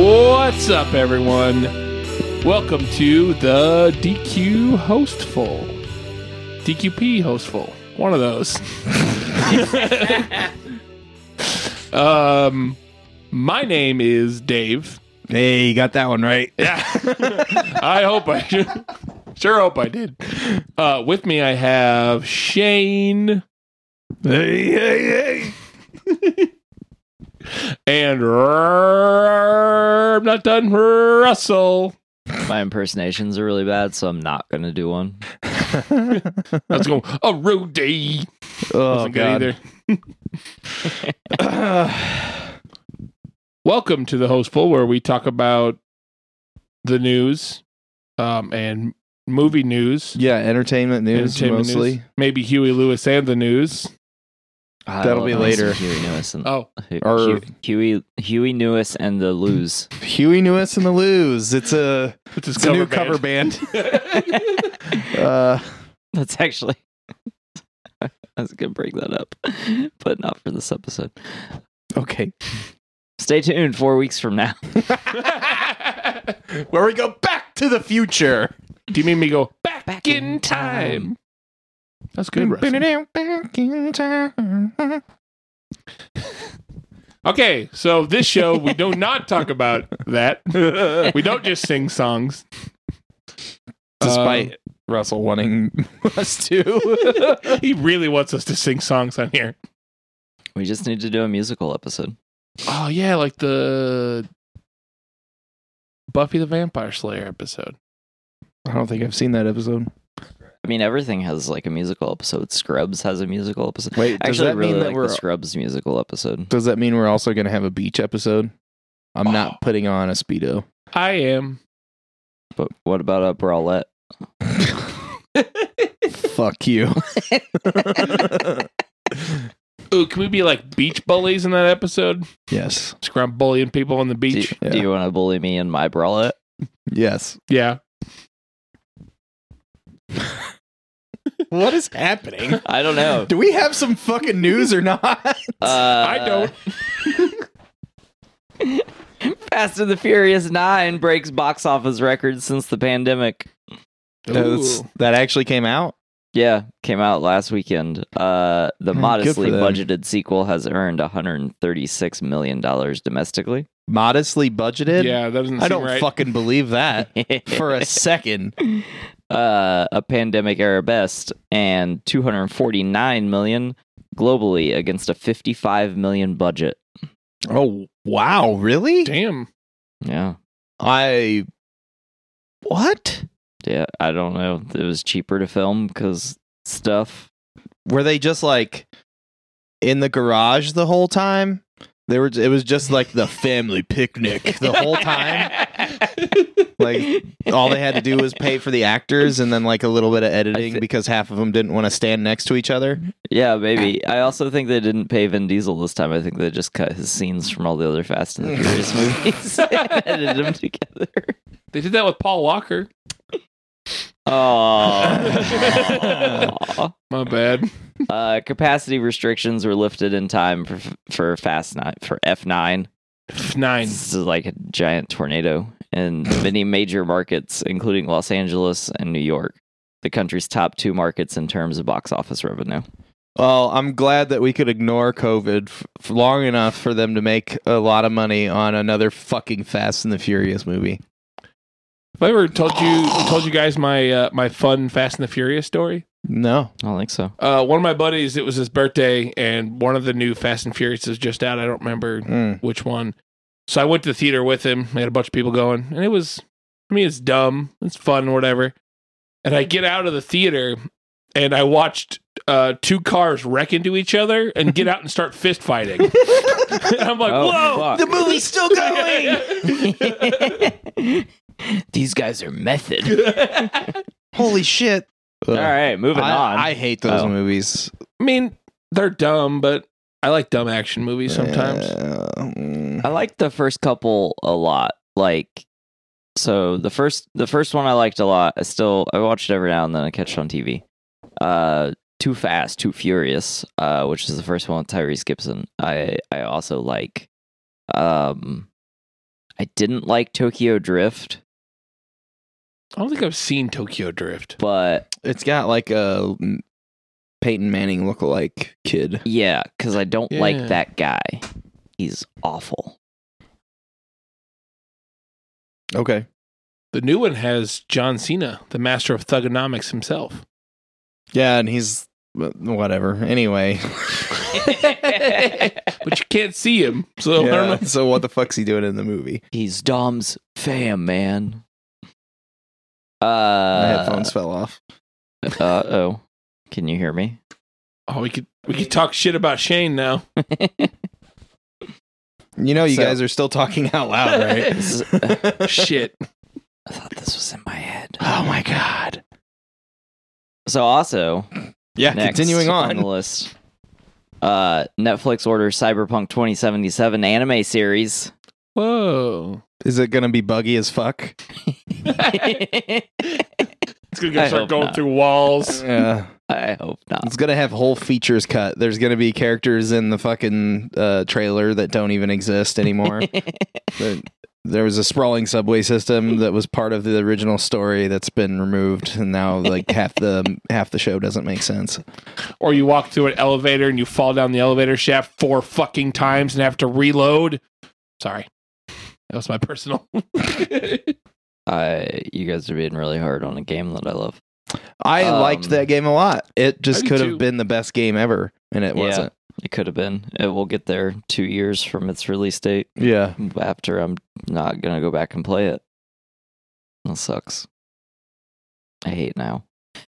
What's up, everyone? Welcome to the DQ Hostful. DQP Hostful. One of those. um, my name is Dave. Hey, you got that one right. Yeah. I hope I Sure hope I did. Uh, with me, I have Shane Hey, hey, hey. and R- I'm not done, Russell. My impersonations are really bad, so I'm not gonna do one. Let's go. A Rudy. Oh, Wasn't good God. either. Welcome to the Hostful, where we talk about the news um, and movie news, yeah, entertainment news entertainment mostly. news, maybe Huey Lewis and the news. I That'll love be me some later. Huey Lewis and Oh, Hu- Or- Hu- Huey Huey Lewis and the Lose. Huey Lewis and the Lose. It's a it's, his it's a new cover band. Uh, That's actually I was gonna bring that up, but not for this episode. okay. Stay tuned four weeks from now. Where we go Oh, back to the future. Do you mean me go back, Back in, in time? time. That's good. Russell. back in time. Okay, so this show we do not talk about that. we don't just sing songs, Despite Russell wanting us to. Um, he really wants us to sing songs on here. We just need to do a musical episode. Oh yeah, like the Buffy the Vampire Slayer episode. I don't think I've seen that episode. I mean, everything has like a musical episode. Scrubs has a musical episode. Wait, does Actually, I that really mean that like we're the Scrubs musical episode. does that mean we're also going to have a beach episode? I'm not putting on a speedo. I am. But what about a bralette? Fuck you. Ooh, can we be like beach bullies in that episode? yes. Just go around bullying people on the Do, beach. do you want to bully me in my bralette? Yes. Yeah. What is happening? I don't know. Do we have some fucking news or not? Uh, I don't. Fast and the Furious 9 breaks box office records since the pandemic. That's- Ooh. that actually came out. Yeah, came out last weekend. Uh, the Mm, modestly good for them. budgeted sequel has earned $136 million domestically. Modestly budgeted. Yeah, that doesn't I seem don't right. fucking believe that Uh, for a second. uh, a pandemic era best and 249 million globally against a 55 million budget. Oh wow, really? Damn. Yeah. I what? Yeah, I don't know. It was cheaper to film cuz stuff. Were they just like in the garage the whole time? They were. It was just like the family picnic the whole time. Like all they had to do was pay for the actors and then like a little bit of editing thi- because half of them didn't want to stand next to each other. Yeah, maybe. I also think they didn't pay Vin Diesel this time. I think they just cut his scenes from all the other Fast and the Furious movies and edited them together. They did that with Paul Walker. Oh. My bad. uh, capacity restrictions were lifted in time for for Fast Nine for F nine. Nine. This is like a giant tornado in many major markets, including Los Angeles and New York, the country's top two markets in terms of box office revenue. Well, I'm glad that we could ignore COVID f- f- long enough for them to make a lot of money on another fucking Fast and the Furious movie. Have I ever told you told you guys my uh, my fun Fast and the Furious story? No. I don't think so. Uh, one of my buddies, it was his birthday, and one of the new Fast and Furious is just out. I don't remember Mm. which one. So I went to the theater with him. We had a bunch of people going, and it was, I mean, it's dumb, it's fun, whatever. And I get out of the theater, and I watched uh, two cars wreck into each other and get out and start fist fighting. and I'm like, Oh, whoa, fuck. The movie's still going. These guys are method. Holy shit. All uh, right, moving I, on. I hate those Oh. movies. I mean, they're dumb, but I like dumb action movies sometimes. Uh, mm. I liked the first couple a lot. Like so the first the first one I liked a lot. I still I watched it every now and then I catch it on TV. Uh Too Fast, Too Furious, uh, which is the first one with Tyrese Gibson. I I also like um I didn't like Tokyo Drift, I don't think I've seen Tokyo Drift. but It's got like a mm, Peyton Manning lookalike kid. yeah, because I don't like Yeah. that guy. He's awful. Okay. The new one has John Cena, the master of thugonomics himself. Yeah, and he's wh- whatever. Anyway. But you can't see him, so I don't Yeah, know. so what the fuck's he doing in the movie? He's Dom's fam, man. Uh, My headphones fell off. Uh oh. Can you hear me? Oh, we could we could talk shit about Shane now. You know, you so- guys are still talking out loud, right? This is- shit. I thought this was in my head. oh my god. So also, Yeah, next continuing on. the list. Uh, Netflix orders Cyberpunk 2077 anime series. Whoa. Is it gonna be buggy as fuck? It's gonna I go hope start going not. through walls. Yeah. I hope not. It's gonna have whole features cut. There's gonna be characters in the fucking uh, trailer that don't even exist anymore. there, there was a sprawling subway system that was part of the original story that's been removed, and now like half the half the show doesn't make sense. Or you walk through an elevator and you fall down the elevator shaft four fucking times and have to reload. Sorry. That was my personal. I, you guys are being really hard on a game that I love. I Um, liked that game a lot. It I just did could too. have been the best game ever, and it Yeah. wasn't. It could have been. It will get there two years from its release date. Yeah. After I'm not gonna go back and play it. That sucks. I hate now.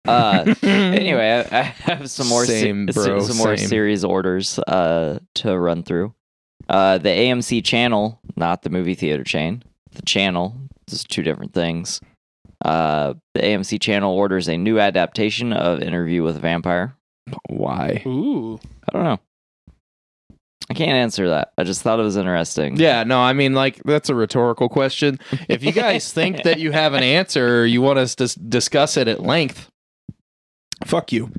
Uh, anyway, I, I have some more se- Mm-hmm. Same, se- bro, some more same. series orders uh, to run through. Uh, the AMC channel, not the movie theater chain. The channel, this is two different things. Uh, the AMC channel orders a new adaptation of Interview with a Vampire. Why? Ooh. I don't know. I can't answer that. I just thought it was interesting. Yeah, no, I mean, like, that's a rhetorical question. If you guys think that you have an answer or you want us to s- discuss it at length, fuck you.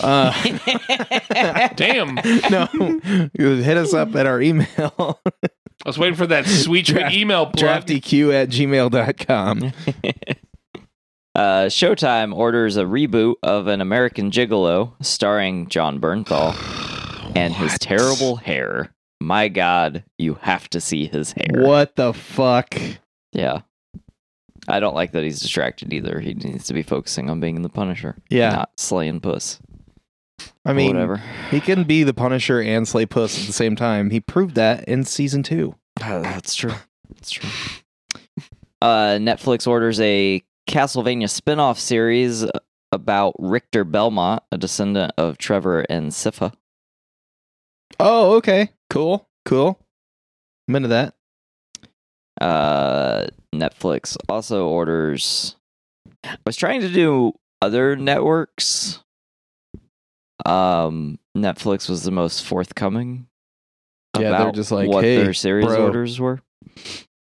Uh, Damn. I no, hit us up at our email, was waiting for that sweet, sweet Draft- email plug. drafteq at gmail.com. Uh, Showtime orders a reboot of An American Gigolo starring John Bernthal and his What? terrible hair. My God, you have to see his hair. What the fuck? Yeah. I don't like that he's distracted either. He needs to be focusing on being the Punisher, Yeah, not slaying puss. I mean, whatever. he can be the Punisher and Slay Puss at the same time. He proved that in season two. Uh, that's true. That's true. Uh, Netflix orders a Castlevania spin-off series about Richter Belmont, a descendant of Trevor and Siffa. Oh, okay. Cool. Cool. I'm into that. Uh, Netflix also orders. I was trying to do other networks. Um, Netflix was the most forthcoming. Yeah, they're about just like, what "Hey, their series bro." orders were.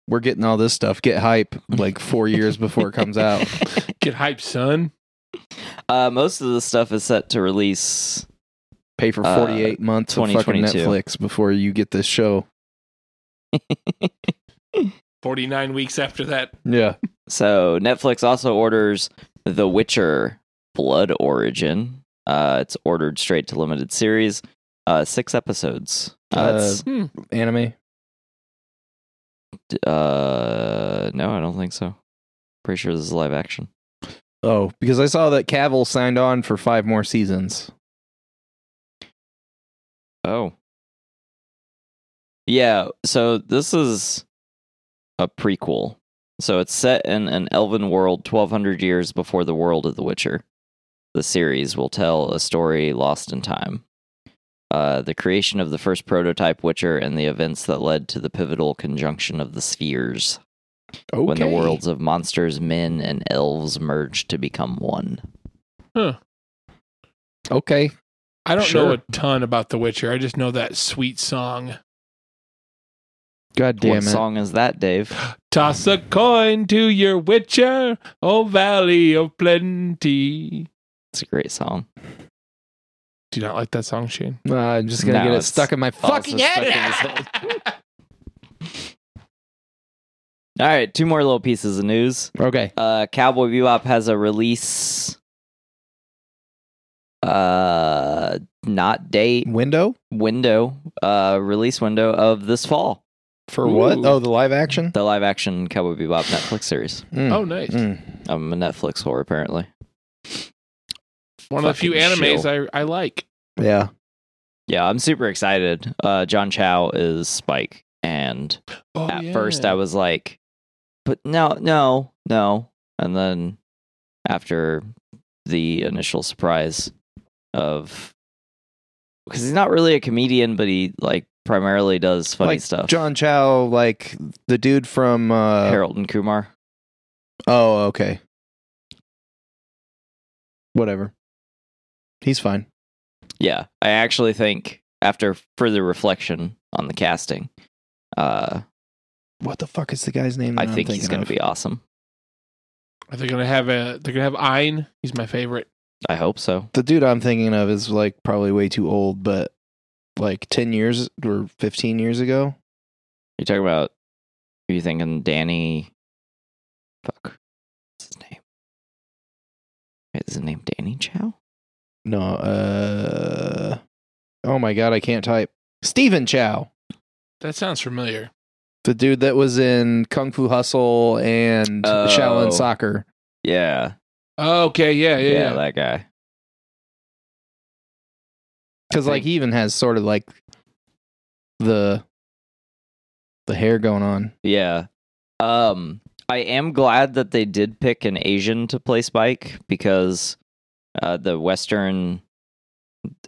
We're getting all this stuff. Get hype like four years before it comes out. Get hyped, son. uh, most of the stuff is set to release pay for Uh, 48 months of fucking 2022. Netflix before you get this show. 49 weeks after that. Yeah. So Netflix also orders The Witcher Blood Origin. Uh, it's ordered straight to limited series, uh, six episodes. Uh, it's, Hmm. Anime. uh, no, I don't think so. Pretty sure this is live action. Oh, because I saw that Cavill signed on for five more seasons. Oh, yeah. So this is a prequel. So it's set in an elven world 1200 years before the world of The Witcher. The series will tell a story lost in time. uh, the creation of the first prototype Witcher and the events that led to the pivotal conjunction of the spheres Okay. when the worlds of monsters, men, and elves merged to become one. Okay. I don't know Sure. a ton about The Witcher. I just know that sweet song. God damn what it. song is that, Dave? Toss a coin to your Witcher, O Valley of Plenty. It's a great song. Do you not like that song, Shane? Nah, I'm just going to No, get it it's stuck in my also fucking stuck head. in his head. All right, two more little pieces of news. Okay. Uh, Cowboy Bebop has a release uh not date Window window uh release window of this fall for what? Ooh. Oh, the live action. the live action Cowboy Bebop Netflix series. Mm, Oh, nice. mm. I'm a Netflix whore apparently. One of the few Fucking animes I, I like. Yeah. Yeah, I'm super excited. Uh, John Chow is Spike, and Oh, at yeah. first I was like, "But no, no, no," and then after the initial surprise of because he's not really a comedian, but he like primarily does funny like stuff. John Chow, like the dude from. Uh, Harold and Kumar. Oh, okay. Whatever. He's fine. Yeah, I actually think after further reflection on the casting, uh, What the fuck is the guy's name? I that I'm think he's thinking going of? to be awesome. Are they gonna have a? They're gonna have Ein. He's my favorite. I hope so. the dude I'm thinking of is like probably way too old, but like ten years or fifteen years ago. You talking about? Are you thinking Danny? Fuck. What's his name? Is his name Danny Chow? No, uh, oh my god, I can't type. Stephen Chow, That sounds familiar. the dude that was in Kung Fu Hustle and Oh. Shaolin Soccer. Yeah, Oh, okay, yeah, yeah, yeah. that guy. Because like think- he even has sort of like the the hair going on. Yeah. Um, I am glad that they did pick an Asian to play Spike because uh, the Western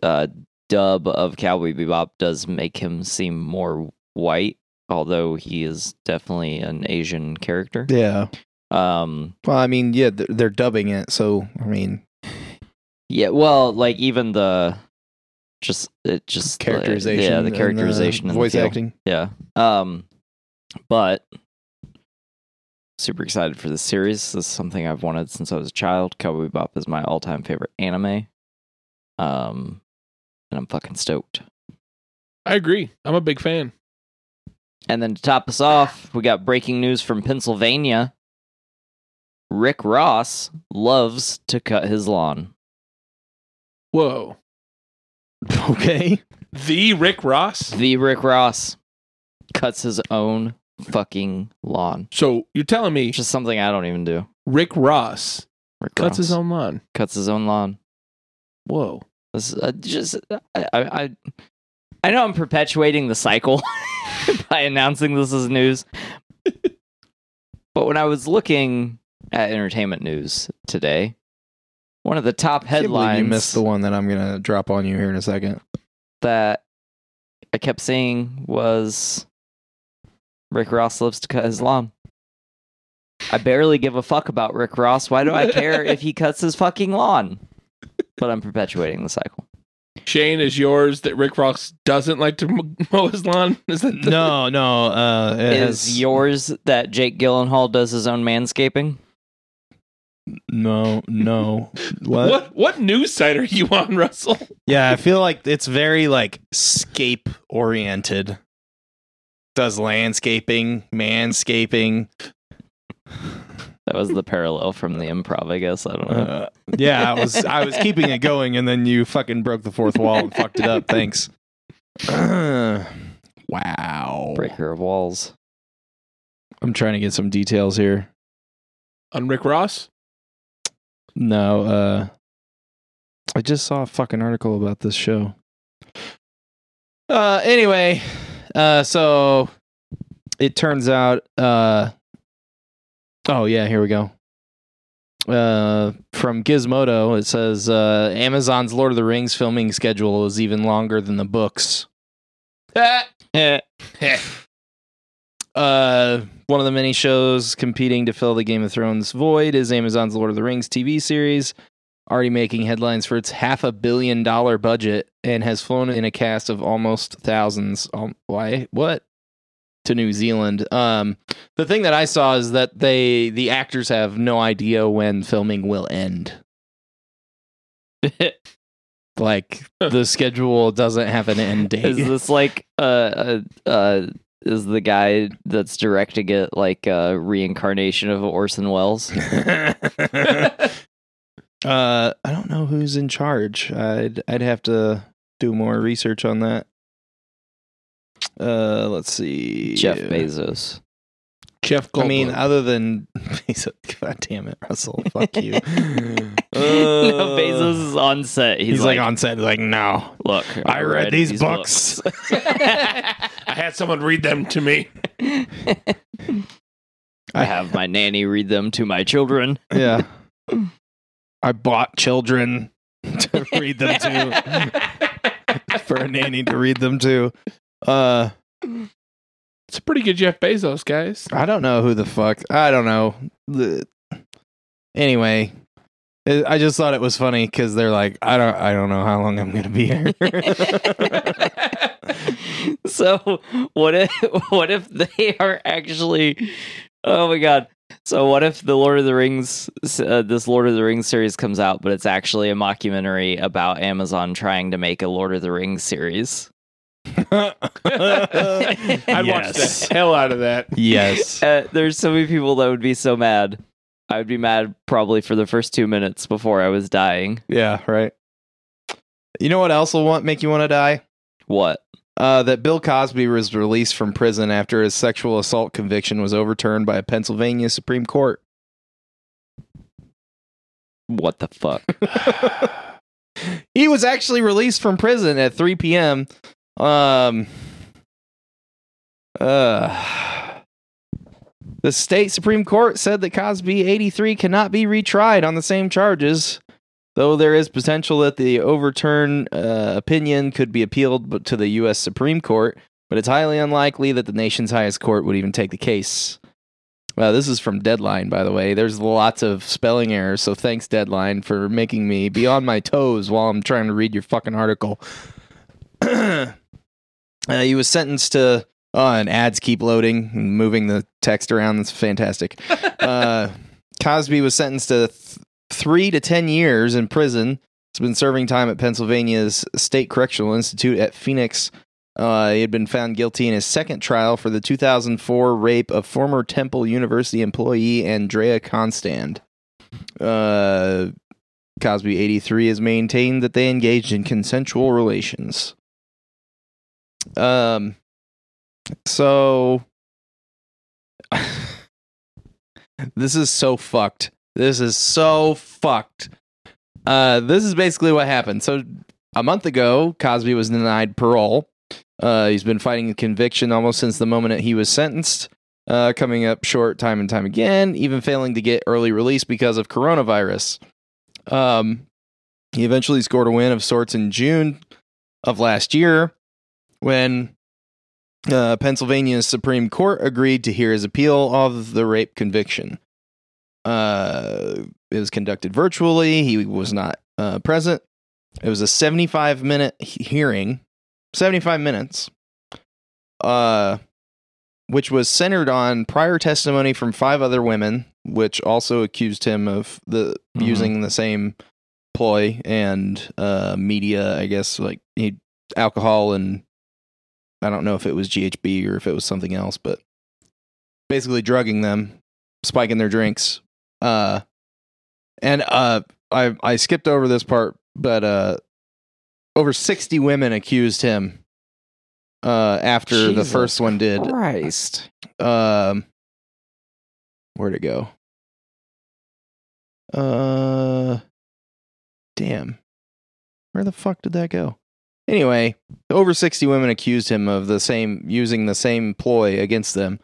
uh, dub of Cowboy Bebop does make him seem more white, although he is definitely an Asian character. Yeah. Um, Well, I mean, yeah, they're, they're dubbing it, so I mean, Yeah, well, like even the just it just the- characterization. yeah, and uh, the characterization, and the voice feel. acting. yeah. Um, but super excited for this series. This is something I've wanted since I was a child. Cowboy Bebop is my all-time favorite anime. Um, and I'm fucking stoked. I agree. I'm a big fan. And then to top us off, we got breaking news from Pennsylvania. Rick Ross loves to cut his lawn. Whoa, Okay. the Rick Ross. The Rick Ross cuts his own fucking lawn. So you're telling me Which is something I don't even do. Rick Ross Rick cuts Ross his own lawn? cuts his own lawn. Whoa. This is, uh, just I, I I I know I'm perpetuating the cycle by announcing this as news. but when I was looking at entertainment news today, one of the top Can't believe headlines You missed the one that I'm gonna drop on you here in a second. that I kept seeing was Rick Ross loves to cut his lawn. I barely give a fuck about Rick Ross. Why do I care if he cuts his fucking lawn? But I'm perpetuating the cycle. Shane is yours that Rick Ross doesn't like to m- mow his lawn. Is that the- No, no. Uh, it Is yours that Jake Gyllenhaal does his own manscaping? no, no. what? what news site are you on, Russell? Yeah, I feel like it's very like scape oriented. Does landscaping, manscaping. That was the parallel from the improv, I guess. I don't know. Uh, yeah, I was I was keeping it going, and then you fucking broke the fourth wall and fucked it up. Thanks. wow. Breaker of walls. I'm trying to get some details here. On Rick Ross? No, uh I just saw a fucking article about this show. Uh anyway, uh so it turns out uh Oh yeah, here we go. Uh from Gizmodo, it says uh Amazon's Lord of the Rings filming schedule is even longer than the books. Eh. Uh, one of the many shows competing to fill the Game of Thrones void is Amazon's Lord of the Rings TV series, already making headlines for its half a billion dollar budget and has flown in a cast of almost thousands. Um, why? What? To New Zealand. Um, the thing that I saw is that they the actors have no idea when filming will end. Like the schedule doesn't have an end date. Is this like a, a, a uh, is the guy that's directing it like a reincarnation of Orson Welles. uh, I don't know who's in charge. I'd I'd have to do more research on that. Uh, let's see. Jeff Bezos. Jeff Goldblum. I mean, other than Bezos. God damn it, Russell. Fuck you. no, Bezos is on set. He's, He's, like, on set, like, no. look, I, read, these, books. I had someone read them to me. books. I have my nanny read them to my children. yeah. I bought children to read them to, for a nanny to read them to. Uh, It's a pretty good Jeff Bezos, guys. I don't know who the fuck. I don't know. The- Anyway, I I just thought it was funny because they're like, I don't, I don't know how long I'm gonna be here. so what if what if they are actually oh my god so what if the lord of the rings uh, this lord of the rings series comes out but it's actually a mockumentary about amazon trying to make a lord of the rings series I'd watch Yes. the hell out of that. yes. uh, there's so many people that would be so mad i would be mad probably for the first two minutes before i was dying Yeah. Right. You know what else will want make you want to die? what Uh, that Bill Cosby was released from prison after his sexual assault conviction was overturned by a Pennsylvania Supreme Court. what the fuck He was actually released from prison at 3 p.m. Um, uh, the state Supreme Court said that Cosby 83 cannot be retried on the same charges, though there is potential that the overturn uh, opinion could be appealed but- to the U.S. Supreme Court, but it's highly unlikely that the nation's highest court would even take the case. Uh, this is from Deadline, by the way. There's lots of spelling errors, so thanks, Deadline, for making me be on my toes while I'm trying to read your fucking article. uh, he was sentenced to. Oh, and ads keep loading and moving the text around. That's fantastic. uh, Cosby was sentenced to th- three to 10 years in prison. He's been serving time at Pennsylvania's State Correctional Institute at Phoenix uh, he had been found guilty in his second trial for the 2004 rape of former Temple University employee Andrea Constand. Uh, Cosby 83 has maintained that they engaged in consensual relations. Um, so this is so fucked. This is so fucked. Uh, this is basically what happened. So a month ago, Cosby was denied parole. Uh, he's been fighting a conviction almost since the moment that he was sentenced, uh, coming up short time and time again, even failing to get early release because of coronavirus. Um, he eventually scored a win of sorts in June of last year when uh, Pennsylvania's Supreme Court agreed to hear his appeal of the rape conviction. Uh, it was conducted virtually, he was not uh, present. It was a 75 minute he- hearing 75 minutes uh which was centered on prior testimony from five other women which also accused him of the Mhm. using the same ploy and uh media i guess like he alcohol and i don't know if it was ghb or if it was something else but basically drugging them spiking their drinks uh and uh i i skipped over this part but uh over 60 women accused him uh after the Jesus first one did christ um where'd it go uh damn where the fuck did that go anyway over 60 women accused him of the same using the same ploy against them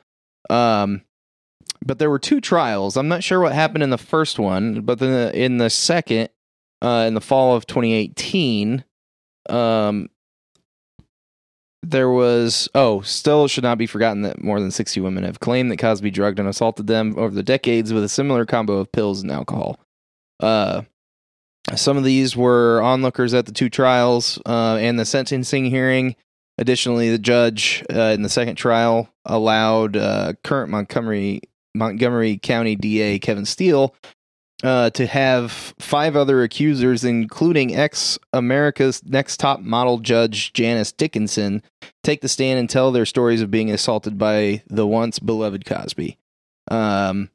um but there were two trials i'm not sure what happened in the first one but then in the second uh in the fall of 2018 um there was oh still should not be forgotten that more than 60 women have claimed that cosby drugged and assaulted them over the decades with a similar combo of pills and alcohol uh some of these were onlookers at the two trials uh, and the sentencing hearing additionally the judge uh, in the second trial allowed uh, current montgomery montgomery county da kevin steele uh, to have five other accusers, including ex America's Next Top Model judge Janice Dickinson, take the stand and tell their stories of being assaulted by the once beloved Cosby. Um,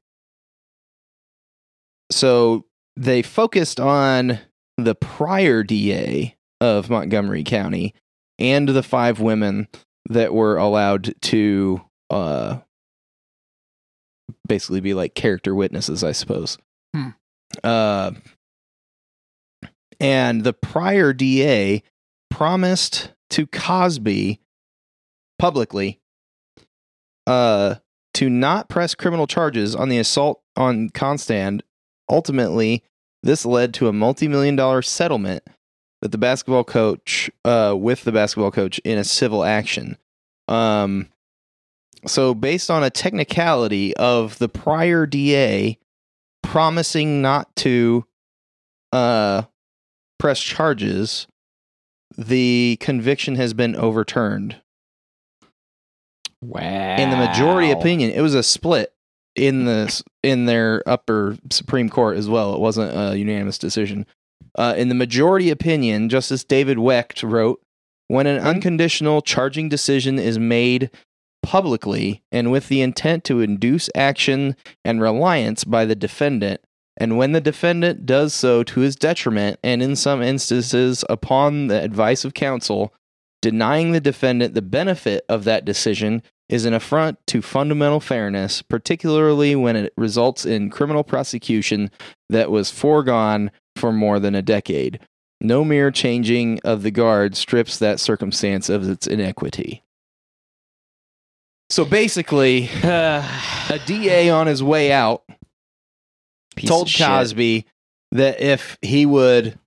so they focused on the prior DA of Montgomery County and the five women that were allowed to uh, basically be like character witnesses, I suppose. Hmm. Uh, and the prior DA promised to Cosby publicly uh, to not press criminal charges on the assault on Constand. Ultimately, this led to a multi-million dollar settlement that the basketball coach uh, with the basketball coach in a civil action. Um, so based on a technicality of the prior DA promising not to uh, press charges, the conviction has been overturned. Wow. In the majority opinion, it was a split in the in their upper Supreme Court as well. It wasn't a unanimous decision. Uh, in the majority opinion, Justice David Wecht wrote, "When an unconditional charging decision is made publicly and with the intent to induce action and reliance by the defendant, and when the defendant does so to his detriment and in some instances upon the advice of counsel, denying the defendant the benefit of that decision is an affront to fundamental fairness, particularly when it results in criminal prosecution that was foregone for more than a decade. No mere changing of the guard strips that circumstance of its inequity. So basically, a DA on his way out Piece told of shit. Cosby that if he would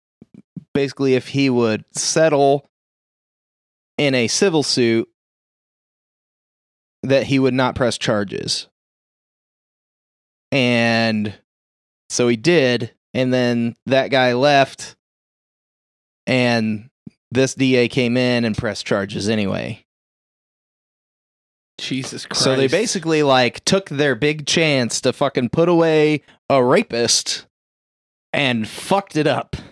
basically if he would settle in a civil suit that he would not press charges. And so he did and then that guy left and this DA came in and pressed charges anyway. Jesus Christ. So they basically like took their big chance to fucking put away a rapist and fucked it up.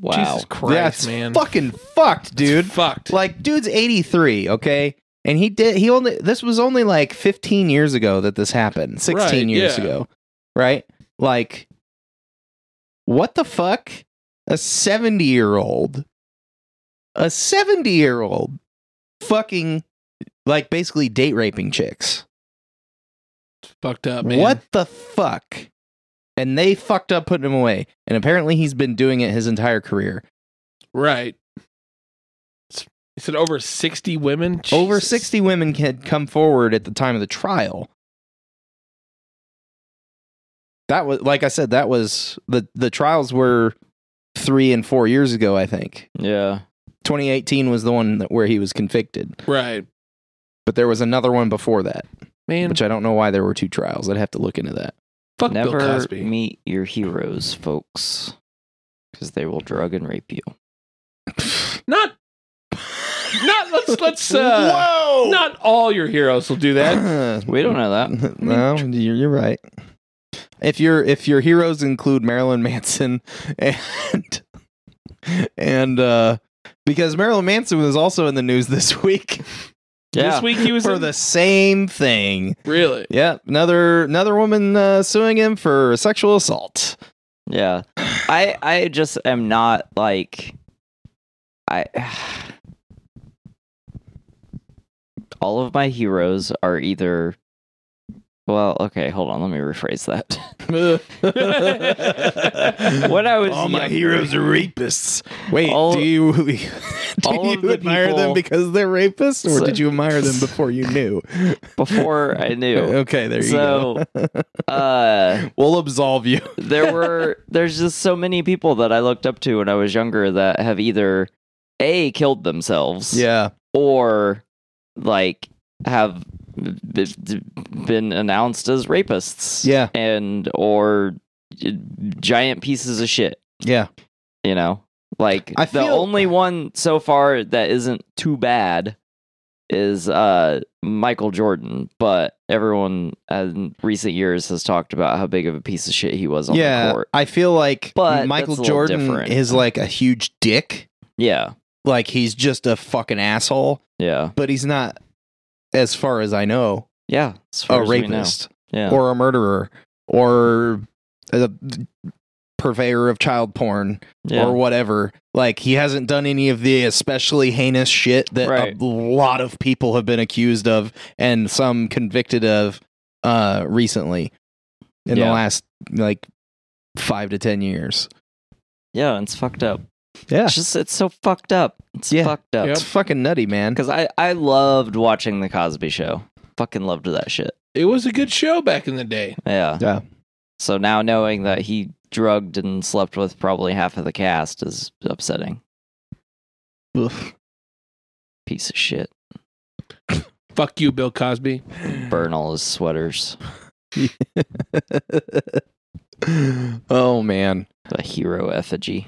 Wow. Jesus Christ, That's man. fucking fucked, That's dude. fucked. Like dude's 83, okay? And he did he only this was only like 15 years ago that this happened. 16 Right, years yeah. ago. Right? Like what the fuck? A 70-year-old a 70-year-old fucking like basically date raping chicks. fucked up, man. What the fuck? And they fucked up putting him away. And apparently he's been doing it his entire career. Right. It's- He said over 60 women. Over Jesus. 60 women had come forward at the time of the trial. That was like I said that was the the trials were 3 and 4 years ago, I think. Yeah. 2018 was the one that, where he was convicted, Right. but there was another one before that, Man, which I don't know why there were two trials. I'd have to look into that. fuck Bill Never Cosby. meet your heroes, folks, because they will drug and rape you. Not. Not let's let's uh Whoa! not all your heroes will do that. We don't know that. no, you're, you're right. If your if your heroes include Marilyn Manson and and uh because Marilyn Manson was also in the news this week This week he was for in- the same thing. really Yep, another another woman uh, suing him for sexual assault. Yeah. I I just am not like I all of my heroes are either well, okay, hold on, let me rephrase that. what when I was all my young- heroes are rapists. Wait, All- do you do all of you the admire them people- because they're rapists, or So- did you admire them before you knew? before I knew. Okay, there you So- go. Uh we'll absolve you. there were there's just so many people that I looked up to when I was younger that have either a killed themselves Yeah, or like have b- b- been announced as rapists yeah, and or giant pieces of shit yeah. you know like I the feel- only one so far that isn't too bad is uh Michael Jordan, but everyone in recent years has talked about how big of a piece of shit he was on the yeah, court. I feel like But Michael that's a little Jordan different. is like a huge dick. Yeah. Like he's just a fucking asshole, Yeah. but he's not, as far as I know, Yeah. As far a as we know. rapist Yeah. or a murderer or a purveyor of child porn yeah. or whatever. Like he hasn't done any of the especially heinous shit that Right. a lot of people have been accused of and some convicted of uh recently in the Yeah. last like 5 to 10 years. yeah, and it's fucked up. Yeah. It's just it's so fucked up. It's Yeah. fucked up. Yep. It's fucking nutty, man. Cuz I I loved watching the Cosby show. Fucking loved that shit. It was a good show back in the day. Yeah. Yeah. So now knowing that he drugged and slept with probably half of the cast is upsetting. Oof. Piece of shit. Fuck you, Bill Cosby. Burn all his sweaters. oh man. A hero effigy.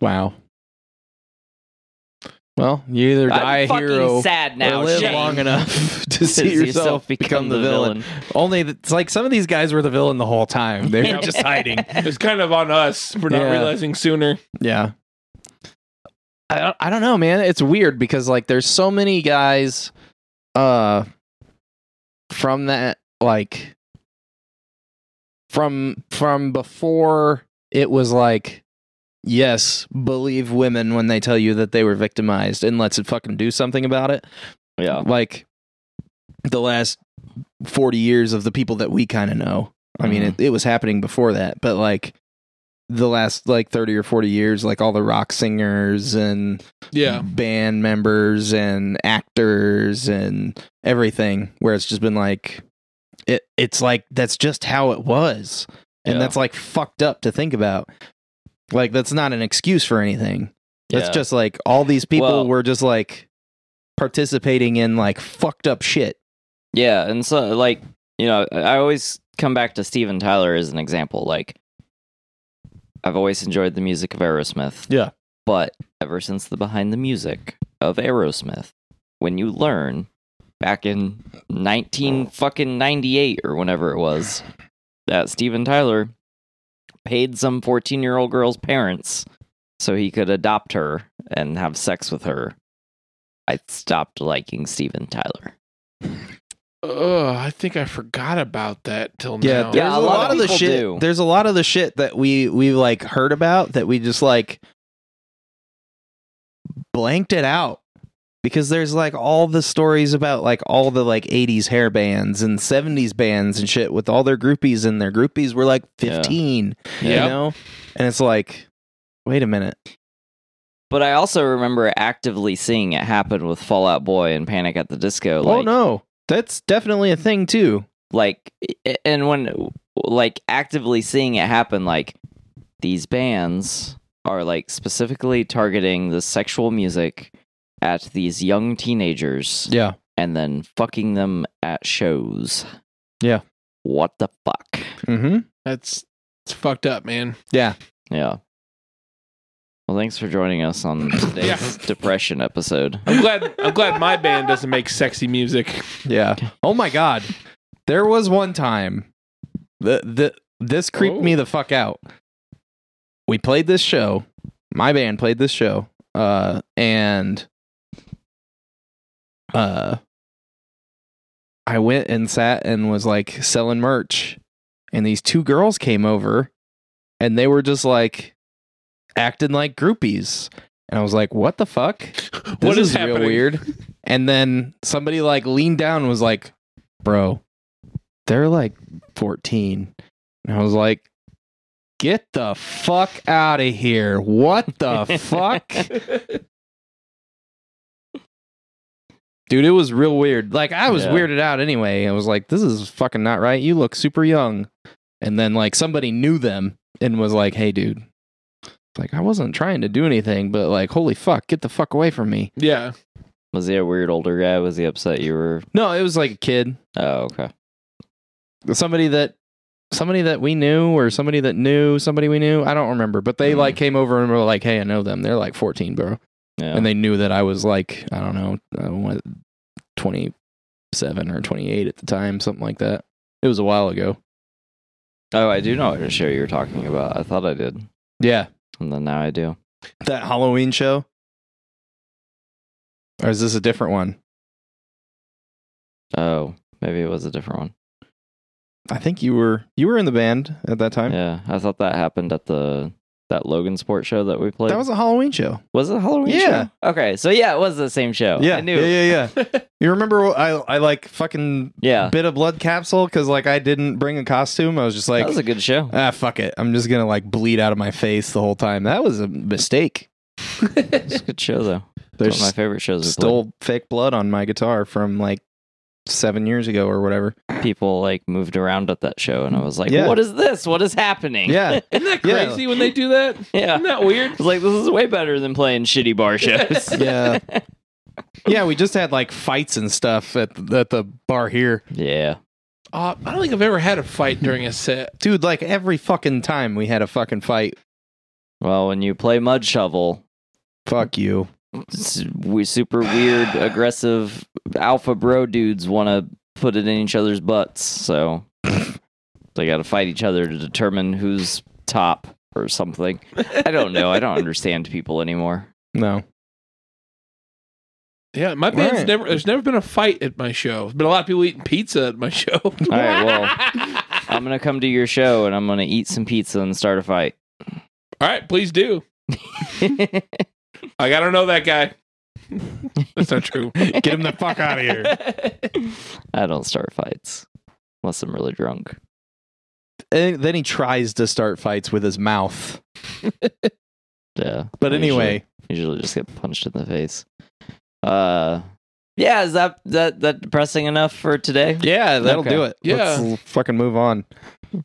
Wow. Well, you either die I'm a fucking hero sad now. or live Shane. long enough to see Sees yourself, become, the, villain. Only th- it's like some of these guys were the villain the whole time. They were just hiding. It's kind of on us for not Yeah. realizing sooner. Yeah. I don't, I don't know, man. It's weird because like there's so many guys uh from that like from from before it was like yes, believe women when they tell you that they were victimized and let's fucking do something about it. Yeah. Like the last 40 years of the people that we kind of know. I mean, it, it was happening before that, but like the last like 30 or 40 years, like all the rock singers and Yeah. band members and actors and everything, where it's just been like, it, it's like that's just how it was. And Yeah. that's like fucked up to think about. Like, that's not an excuse for anything. It's Yeah. just like all these people Well- were just like participating in like fucked up shit. Yeah, and so like you know, I always come back to Steven Tyler as an example. Like, I've always enjoyed the music of Aerosmith. Yeah. but ever since the behind the music of Aerosmith, when you learn back in nineteen fucking ninety eight or whenever it was that Steven Tyler paid some fourteen year old girl's parents so he could adopt her and have sex with her. I stopped liking Steven Tyler. Ugh, I think I forgot about that till Yeah, now. there's Yeah, a, lot, of the people shit. do. There's a lot of the shit that we we like heard about that we just like blanked it out because there's like all the stories about like all the like 80s hair bands and 70s bands and shit with all their groupies and their groupies were like Yeah. 15, you Yep. know? And it's like wait a minute. But I also remember actively seeing it happen with Fallout Boy and Panic at the Disco. Like, oh no. That's definitely a thing too. Like, i- and when, like, actively seeing it happen, like, these bands are, like, specifically targeting the sexual music at these young teenagers Yeah. and then fucking them at shows. Yeah. What the fuck? Mhm. That's it's fucked up, man. Yeah. Well, thanks for joining us on today's Yeah. depression episode. I'm glad I'm glad my band doesn't make sexy music. Yeah. Oh my god. There was one time the the this creeped Oh. me the fuck out. We played this show. My band played this show. Uh and uh I went and sat and was like selling merch and these two girls came over and they were just like acting like groupies. And I was like, "What the fuck?" this what is, is happening? real weird. And then somebody like leaned down and was like, bro, they're like 14. And I was like, get the fuck out of here. What the fuck? Dude, it was real weird. Like I was Yeah. weirded out anyway. I was like, this is fucking not right. You look super young. And then like somebody knew them and was like, hey dude. Like I wasn't trying to do anything, but like holy fuck, get the fuck away from me. Yeah. Was he a weird older guy? Was he upset you were No, it was like a kid. Oh, okay. somebody that somebody that we knew or somebody that knew somebody we knew i don't remember but they Mm. like came over and were like hey i know them they're like 14 bro Yeah. and they knew that I was like I don't know, uh, what, twenty seven or twenty eight at the time, something like that. It was a while ago. oh, I do know what show you were talking about. I thought I did, Yeah, and then now I do. that Halloween show. Or is this a different one? Oh, maybe it was a different one. I think you were you were in the band at that time. Yeah, I thought that happened at the that Logan Sport show that we played. That was a Halloween show. Was it a Halloween Yeah. show? Okay, so yeah, it was the same show. yeah, Oh, I knew. yeah, yeah, yeah. you remember I I like fucking Yeah. bit of blood capsule because like I didn't bring a costume. I was just like that was a good show. ah fuck it. I'm just gonna like bleed out of my face the whole time. That was a mistake. It's a good show though. There's it's one of my favorite shows. we played. still fake blood on my guitar from like seven years ago or whatever. people like moved around at that show, and I was like, Yeah. "What is this? What is happening?" Yeah, Isn't that Yeah. crazy when they do that? yeah. Isn't that weird? I was like, "This is way better than playing shitty bar shows." yeah, yeah. We just had like fights and stuff at at the bar here, yeah. Uh, I don't think I've ever had a fight during a set. dude. Like every fucking time we had a fucking fight. Well, when you play Mud Shovel, Fuck you. s- we super weird, aggressive alpha bro dudes want to put it in each other's butts, so they got to fight each other to determine who's top or something. I don't know. I don't understand people anymore. No. Yeah, my band's Right. never. There's never been a fight at my show. There's been a lot of people eating pizza at my show. All right, well. I'm gonna come to your show and I'm gonna eat some pizza and start a fight. All right, please do. I gotta know that guy. That's not true. Get him the fuck out of here. I don't start fights unless I'm really drunk. And then he tries to start fights with his mouth. Yeah. But I usually- anyway, usually just get punched in the face. Uh, yeah. Is that that that depressing enough for today? yeah, that'll Okay. do it. Yeah. Let's fucking move on.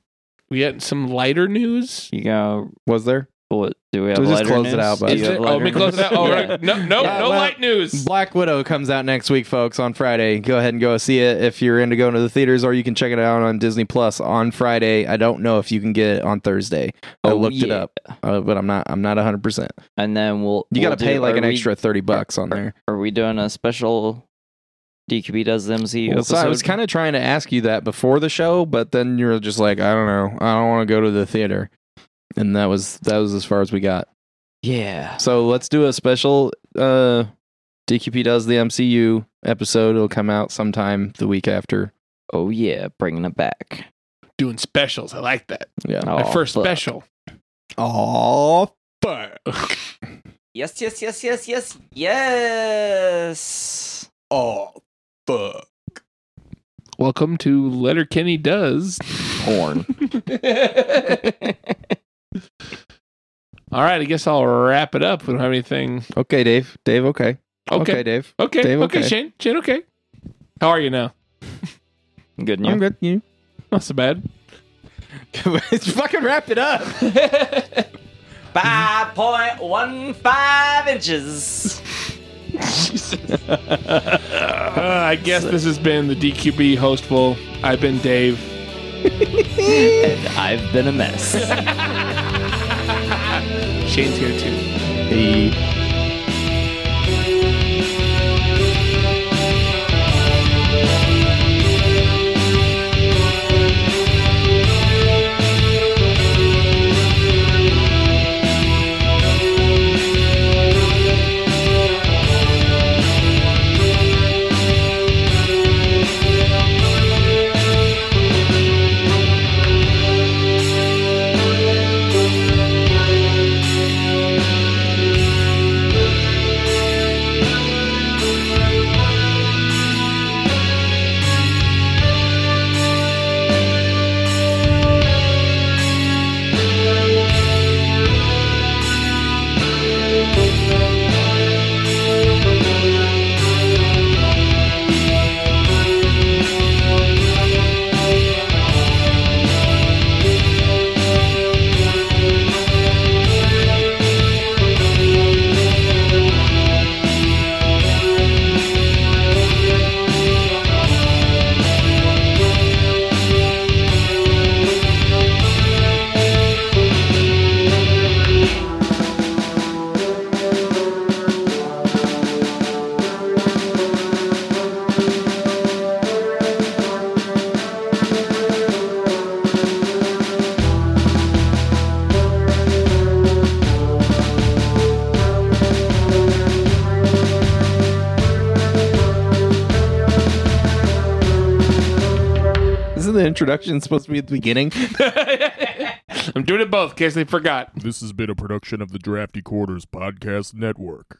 We had some lighter news. You go. Was there? What do we have? We'll just lighter close it news? out, bud. Do Is you there- have oh, lighter let me close it news? out. Oh, Yeah. right. no, no, Yeah, no well, light news. Black Widow comes out next week, folks, on Friday. Go ahead and go see it if you're into going to the theaters, or you can check it out on Disney Plus on Friday. I don't know if you can get it on Thursday. I Oh, looked it yeah. up, uh, but I'm not. I'm not 100. percent And then we'll. You we'll got to do- pay like are an we- extra 30 bucks on there. Are we doing a special? DQB does the MCU Well, so I was episode? kind of trying to ask you that before the show, but then you're just like, I don't know, I don't want to go to the theater, and that was that was as far as we got. yeah. So let's do a special uh DQP does the MCU episode. It'll come out sometime the week after. Oh yeah, bringing it back. Doing specials. I like that. Yeah. Oh, My first fuck. special. Oh, Fuck. Yes, yes, yes, yes, yes, yes. oh, fuck. Welcome to Letter Kenny Does. Porn. All right, I guess I'll wrap it up. We don't have anything. Okay, Dave. Dave, okay. Okay, Okay. Dave. Okay. Dave, okay. okay. Shane. Shane, okay. How are you now? Good I'm news. good. You. Not so bad. Let's fucking wrap it up. Five point one five inches. Uh, I guess this has been the DQB hostful. I've been Dave. and I've been a mess. Shane's here too. Isn't the introduction supposed to be at the beginning? I'm doing it both in case they forgot. This has been a production of the Drafty Quarters Podcast Network.